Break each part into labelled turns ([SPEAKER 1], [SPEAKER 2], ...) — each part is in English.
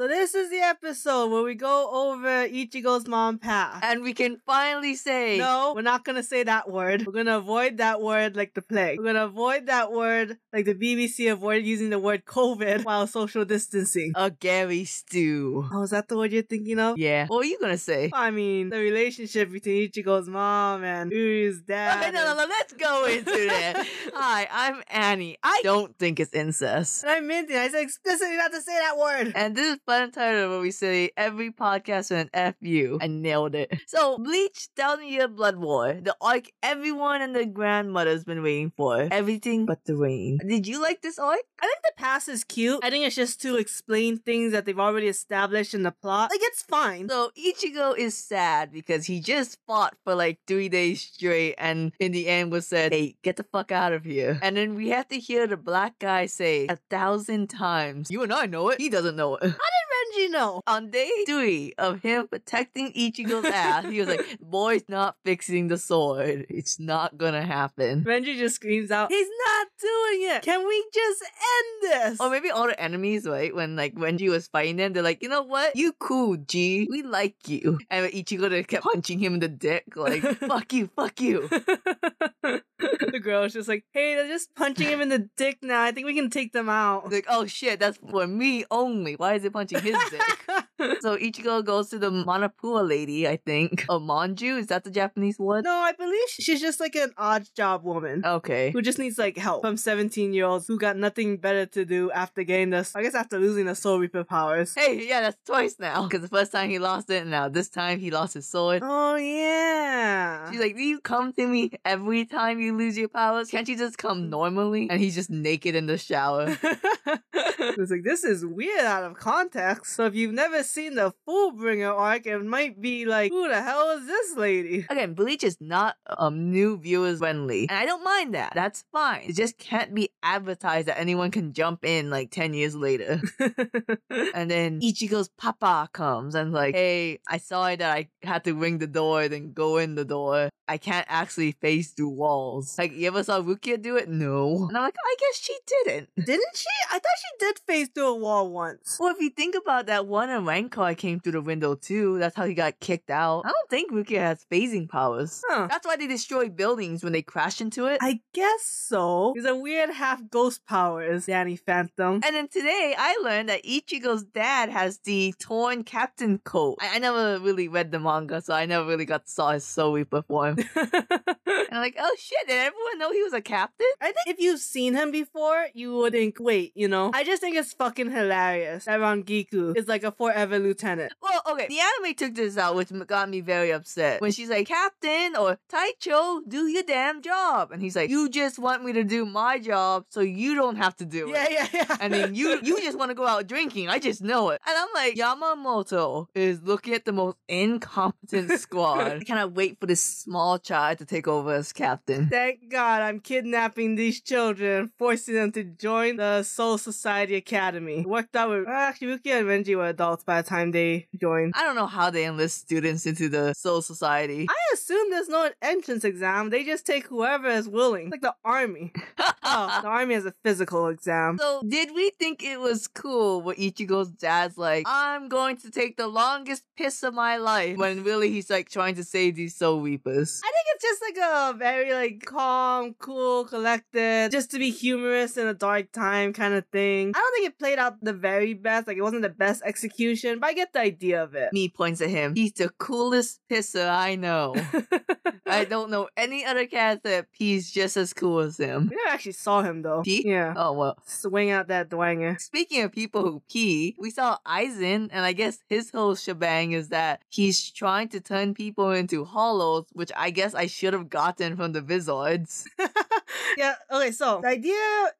[SPEAKER 1] So this is the episode where we go over Ichigo's mom path.
[SPEAKER 2] And we can finally say
[SPEAKER 1] No, we're not gonna say that word. We're gonna avoid that word like the plague. We're gonna avoid that word like the BBC avoided using the word COVID while social distancing.
[SPEAKER 2] a Gary stew.
[SPEAKER 1] Oh, is that the word you're thinking of?
[SPEAKER 2] Uh. Yeah. What were you gonna say?
[SPEAKER 1] I mean, the relationship between Ichigo's mom and Uryu's dad.
[SPEAKER 2] Okay, no, no, no, let's go into that. Hi, I'm Annie. I don't think it's incest.
[SPEAKER 1] And I meant it. I said explicitly not to say that word.
[SPEAKER 2] And this is Planet Title where we say every podcast with an FU. I nailed it. So, Bleach Thousand Year Blood War, the arc everyone and their grandmother's been waiting for. Everything but the rain. Did you like this arc?
[SPEAKER 1] I think the past is cute. I think it's just to explain things that they've already established in the plot. Like it's fine.
[SPEAKER 2] So Ichigo is sad because he just fought for like three days straight and in the end was said, Hey, get the fuck out of here. And then we have to hear the black guy say a thousand times, You and I know it. He doesn't know it.
[SPEAKER 1] Renji, no.
[SPEAKER 2] On day three of him protecting Ichigo's ass, he was like, Boy's not fixing the sword. It's not gonna happen.
[SPEAKER 1] Renji just screams out, "He's not doing it! Can we just end this?"
[SPEAKER 2] Or maybe all the enemies, right? When like Renji was fighting them, they're like, you know what? You cool, G. We like you. And Ichigo just kept punching him in the dick, like, fuck you, fuck you.
[SPEAKER 1] the girl's just like, "Hey, they're just punching him in the dick now. I think we can take them out."
[SPEAKER 2] Like, oh shit, that's for me only. Why is it punching his dick? so Ichigo goes to the Manapua lady, I think. Or Manju, is that the Japanese word?
[SPEAKER 1] no, I believe she's just like an odd job woman.
[SPEAKER 2] Okay.
[SPEAKER 1] who just needs like help from 17 year olds who got nothing better to do after getting this I guess after losing the soul reaper powers.
[SPEAKER 2] Hey, yeah, that's twice now. Because the first time he lost it, and now this time he lost his sword.
[SPEAKER 1] Oh yeah.
[SPEAKER 2] She's like, Do you come to me every time you lose your powers? Can't you just come normally? And he's just naked in the shower.
[SPEAKER 1] it's like this is weird out of context. So if you've never seen the Fullbringer arc, it might be like, who the hell is this lady?
[SPEAKER 2] Again, Bleach is not um new viewers friendly, and I don't mind that. That's fine. It just can't be advertised that anyone can jump in like ten years later. and then Ichigo's papa comes and like, hey, I saw that I had to ring the door, then go in the door. I can't actually face through walls. Like, you ever saw Rukia do it? No. And I'm like, I guess she didn't.
[SPEAKER 1] Didn't she? I thought she did face through a wall once.
[SPEAKER 2] Well, if you think about that one in Rancor came through the window too. That's how he got kicked out. I don't think Rukia has phasing powers.
[SPEAKER 1] Huh.
[SPEAKER 2] That's why they destroy buildings when they crash into it.
[SPEAKER 1] I guess so. He's a weird half ghost powers, Danny Phantom.
[SPEAKER 2] and then today I learned that Ichigo's dad has the torn captain coat. I, I never really read the manga, so I never really got saw his Soul perform. and I'm like, oh shit, did everyone know he was a captain?
[SPEAKER 1] I think if you've seen him before, you would think, wait, you know? I just think it's fucking hilarious that Rangiku is like a forever lieutenant.
[SPEAKER 2] Well, okay, the anime took this out, which m- got me very upset. When she's like, Captain or Taicho, do your damn job. And he's like, You just want me to do my job so you don't have to do
[SPEAKER 1] Yeah,
[SPEAKER 2] it.
[SPEAKER 1] yeah, yeah.
[SPEAKER 2] And then you you just want to go out drinking. I just know it. And I'm like, Yamamoto is looking at the most incompetent squad. I cannot wait for this small child to take over as captain.
[SPEAKER 1] Thank God I'm kidnapping these children and forcing them to join the Soul Society Academy. Worked out with well, actually Rukia and Renji were adults by the time they joined.
[SPEAKER 2] I don't know how they enlist students into the Soul Society.
[SPEAKER 1] I assume there's no entrance exam. They just take whoever is willing. Like the army. Oh, the army has a physical exam.
[SPEAKER 2] So, did we think it was cool what Ichigo's dad's like, I'm going to take the longest piss of my life, when really he's like trying to save these soul weepers?
[SPEAKER 1] I think it's just like a very like calm, cool, collected, just to be humorous in a dark time kind of thing. I don't think it played out the very best. Like it wasn't the best execution, but I get the idea of it.
[SPEAKER 2] Me points at him, he's the coolest pisser I know. I don't know any other cat that pees just as cool as him.
[SPEAKER 1] we never actually saw him though.
[SPEAKER 2] He?
[SPEAKER 1] Yeah.
[SPEAKER 2] Oh, well.
[SPEAKER 1] Swing out that dwanger.
[SPEAKER 2] Speaking of people who pee, we saw Aizen, and I guess his whole shebang is that he's trying to turn people into hollows, which I guess I should have gotten from the Vizards.
[SPEAKER 1] yeah, okay, so the idea,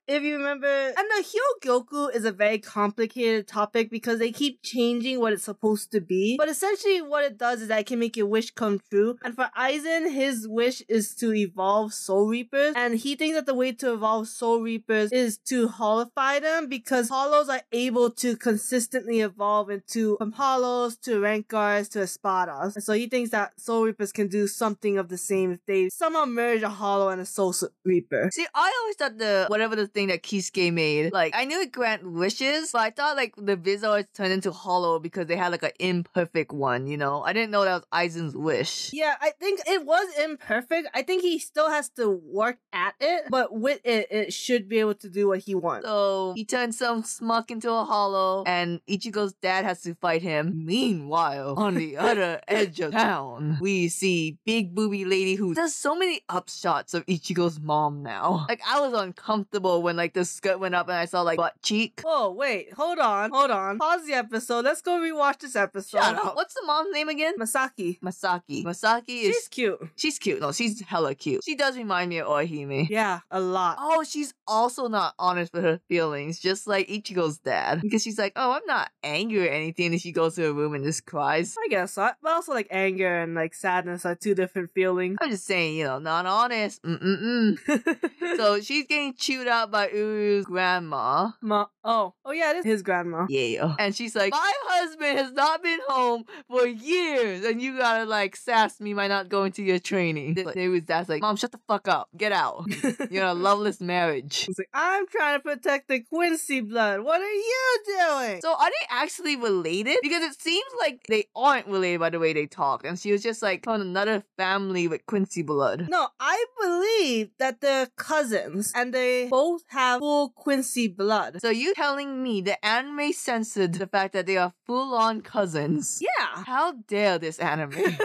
[SPEAKER 1] if you remember, and the Hyogoku is a very complicated topic because they keep changing what it's supposed supposed to be. But essentially, what it does is that it can make your wish come true. And for Aizen, his wish is to evolve Soul Reapers, and he thinks that the way to evolve Soul Reapers is to holify them because hollows are able to consistently evolve into from hollows to Rankars to Espadas. And so he thinks that Soul Reapers can do something of the same if they somehow merge a hollow and a Soul S- Reaper.
[SPEAKER 2] See, I always thought the whatever the thing that Kisuke made, like I knew it grant wishes, but I thought like the viz always turned into hollow because they had like an imperfect one, you know. I didn't know that was Aizen's wish.
[SPEAKER 1] Yeah, I think it was imperfect. I think he still has to work at it, but with it, it should be able to do what he wants.
[SPEAKER 2] So he turns some smuck into a hollow, and Ichigo's dad has to fight him. Meanwhile, on the other edge of town, we see big booby lady who does so many upshots of Ichigo's mom now. Like I was uncomfortable when like the skirt went up and I saw like butt cheek.
[SPEAKER 1] Oh, wait, hold on, hold on. Pause the episode. Let's go rewatch this episode.
[SPEAKER 2] Shut up. What's the mom's name again?
[SPEAKER 1] Masaki.
[SPEAKER 2] Masaki. Masaki
[SPEAKER 1] She's
[SPEAKER 2] is
[SPEAKER 1] cute.
[SPEAKER 2] she's cute. No, she's hella cute. She does remind me of Orihime.
[SPEAKER 1] Yeah, a lot.
[SPEAKER 2] Oh, she's also not honest with her feelings, just like Ichigo's dad. Because she's like, oh, I'm not angry or anything. And she goes to her room and just cries.
[SPEAKER 1] I guess so. But also, like, anger and, like, sadness are two different feelings.
[SPEAKER 2] I'm just saying, you know, not honest. Mm-mm-mm. so she's getting chewed out by Uru's grandma.
[SPEAKER 1] Ma- oh, oh yeah, it is his grandma.
[SPEAKER 2] Yeah. And she's like, my husband has not been home for years. And you gotta, like, sass me by not going to your training. Th- They was that's like, mom, shut the fuck up. Get out. You're in a loveless marriage.
[SPEAKER 1] He's like, I'm trying to protect the Quincy blood. What are you doing?
[SPEAKER 2] So are they actually related? Because it seems like they aren't related by the way they talk. And she was just like from another family with Quincy blood.
[SPEAKER 1] No, I believe that they're cousins and they both have full Quincy blood.
[SPEAKER 2] So you telling me the anime censored the fact that they are full on cousins?
[SPEAKER 1] Yeah.
[SPEAKER 2] How dare this anime?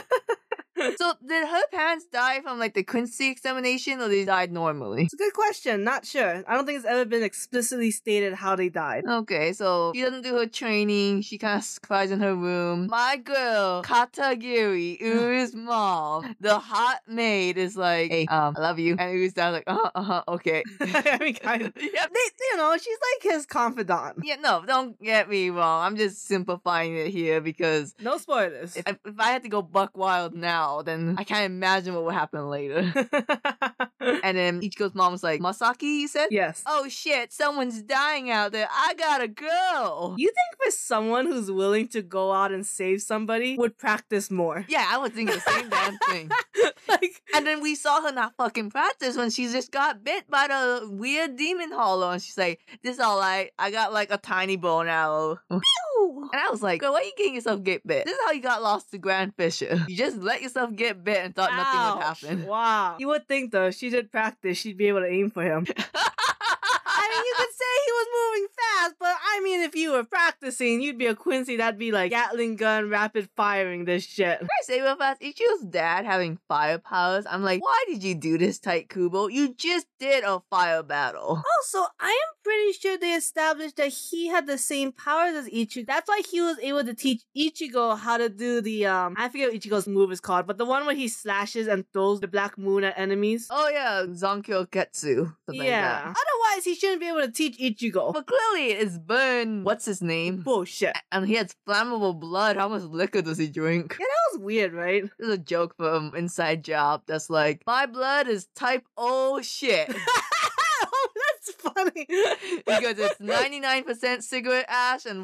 [SPEAKER 2] so did her parents die from like the Quincy examination or they died normally?
[SPEAKER 1] It's a good question. Not sure. I don't think it's ever been explicitly stated how they died.
[SPEAKER 2] Okay, so she doesn't do her training. She kind of cries in her room. My girl, Katagiri, Uru's mom, the hot maid is like, hey, um, I love you. And Uru's dad's like, uh-huh, uh-huh, okay.
[SPEAKER 1] I mean, kind of.
[SPEAKER 2] yep.
[SPEAKER 1] They, you know, she's like his confidant.
[SPEAKER 2] Yeah, no, don't get me wrong. I'm just simplifying it here because
[SPEAKER 1] No spoilers.
[SPEAKER 2] if, if I had to go buck wild now, then I can't imagine what would happen later. and then Ichigo's mom was like, Masaki, you said?
[SPEAKER 1] yes.
[SPEAKER 2] Oh shit, someone's dying out there. I gotta go.
[SPEAKER 1] You think for someone who's willing to go out and save somebody would practice more?
[SPEAKER 2] Yeah, I was thinking the same damn thing.
[SPEAKER 1] like,
[SPEAKER 2] And then we saw her not fucking practice when she just got bit by the weird demon hollow. And she's like, this all right. I got like a tiny bone arrow. Pew! and I was like, girl, why are you getting yourself get bit? This is how you got lost to Grand Fisher. You just let yourself get bit and thought
[SPEAKER 1] ouch.
[SPEAKER 2] nothing would happen.
[SPEAKER 1] Wow. You would think though, if she did practice, she'd be able to aim for him. I mean, you could say he was moving fast, but I mean, if you were practicing, you'd be a Quincy that'd be like Gatling gun rapid firing this shit.
[SPEAKER 2] I say real fast, Ichigo's dad having fire powers. I'm like, why did you do this, Tight Kubo? You just did a fire battle.
[SPEAKER 1] Also, I am pretty sure they established that he had the same powers as Ichigo. That's why he was able to teach Ichigo how to do the um I forget what Ichigo's move is called, but the one where he slashes and throws the black moon at enemies.
[SPEAKER 2] Oh yeah, Zonkyo Ketsu. Something
[SPEAKER 1] yeah.
[SPEAKER 2] Like that.
[SPEAKER 1] Otherwise, he shouldn't be able to teach Ichigo.
[SPEAKER 2] But clearly it's Burn. What's his name?
[SPEAKER 1] Bullshit.
[SPEAKER 2] and he has flammable blood. How much liquor does he drink?
[SPEAKER 1] Yeah, that was weird, right?
[SPEAKER 2] This is a joke from Inside Job that's like, my blood is type O shit.
[SPEAKER 1] oh, that's funny.
[SPEAKER 2] because it's 99% cigarette ash and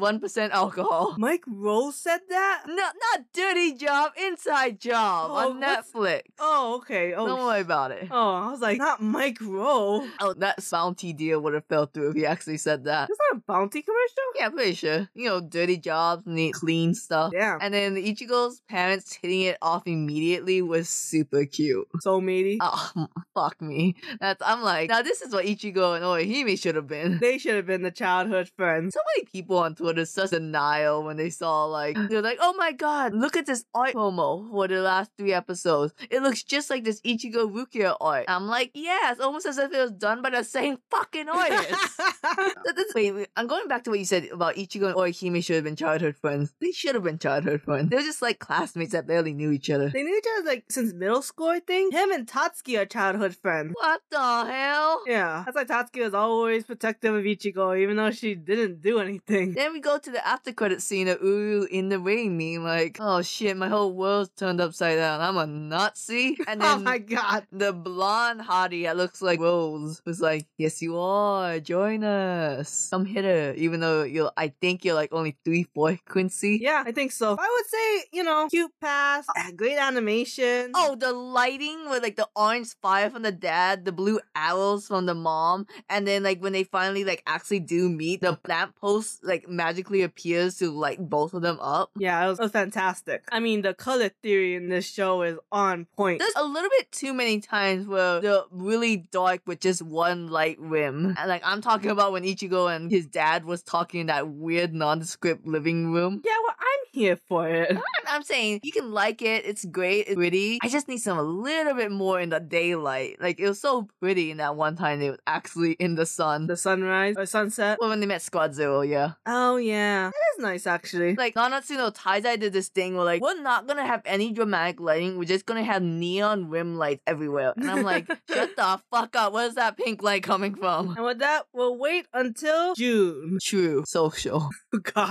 [SPEAKER 2] 1% alcohol.
[SPEAKER 1] Mike Rose said that?
[SPEAKER 2] No, not Dirty Job, Inside Job
[SPEAKER 1] Oh,
[SPEAKER 2] on
[SPEAKER 1] what's-
[SPEAKER 2] Netflix.
[SPEAKER 1] Oh, okay. Oh,
[SPEAKER 2] Don't
[SPEAKER 1] sh-
[SPEAKER 2] worry about it. Oh.
[SPEAKER 1] oh, I was like, not Mike Rowe.
[SPEAKER 2] that bounty deal would have fell through if he actually said that.
[SPEAKER 1] Is that a bounty commercial?
[SPEAKER 2] Yeah, pretty sure. You know, dirty jobs need clean stuff.
[SPEAKER 1] Damn.
[SPEAKER 2] And then Ichigo's parents hitting it off immediately was super cute.
[SPEAKER 1] So matey.
[SPEAKER 2] Oh fuck me. That's I'm like, now this is what Ichigo and Orihime should have been.
[SPEAKER 1] they should have been the childhood friends.
[SPEAKER 2] So many people on Twitter such denial when they saw like they're like, oh my god, look at this art promo for the last three episodes. It looks just like this Ichigo Rukia art. I'm like, yeah, it's almost as if it was done by the same fucking artist. Th- this- Wait, wait, I'm going back to what you said about Ichigo and Orihime should have been childhood friends. They should have been childhood friends. They're just like classmates that barely knew each other.
[SPEAKER 1] they knew each other like since middle school, I think. Him and Tatsuki are childhood friends.
[SPEAKER 2] What the hell?
[SPEAKER 1] Yeah, that's why Tatsuki was always protective of Ichigo, even though she didn't do anything.
[SPEAKER 2] Then we go to the after credit scene of Uru in the ring, being like, "Oh shit, my whole world's turned upside down. I'm a Nazi." And then
[SPEAKER 1] oh my god.
[SPEAKER 2] the blonde hottie that looks like Rose was like, "Yes, you are. Join us. Come hitter." Even though you're, I think you're like only three fourth Quincy.
[SPEAKER 1] Yeah, I think so. I would say, you know, cute past, uh, great animation.
[SPEAKER 2] Oh, the lighting with like the orange fire from the dad, the blue arrows from the mom, and then like when they finally like actually do meet, the lamppost like magically appears to light both of them up.
[SPEAKER 1] Yeah, it was, it was fantastic. I mean, the color theory in this show is on point.
[SPEAKER 2] There's a little bit too many times where they're really dark with just one light rim. And, like I'm talking about when Ichigo and his dad was talking in that weird nondescript living room.
[SPEAKER 1] yeah, well, I'm here for it.
[SPEAKER 2] I'm- I'm saying you can like it. It's great. It's pretty. I just need some a little bit more in the daylight. Like it was so pretty in that one time they was actually in the sun.
[SPEAKER 1] the sunrise or sunset.
[SPEAKER 2] Well, when they met Squad Zero, yeah.
[SPEAKER 1] Oh yeah, that is nice actually.
[SPEAKER 2] Like Nanatsu no Taizai did this thing where like we're not gonna have any dramatic lighting. We're just gonna have neon rim lights everywhere. And I'm like, shut the fuck up. Where's that pink light coming from?
[SPEAKER 1] and with that, we'll wait until June.
[SPEAKER 2] True social.
[SPEAKER 1] God,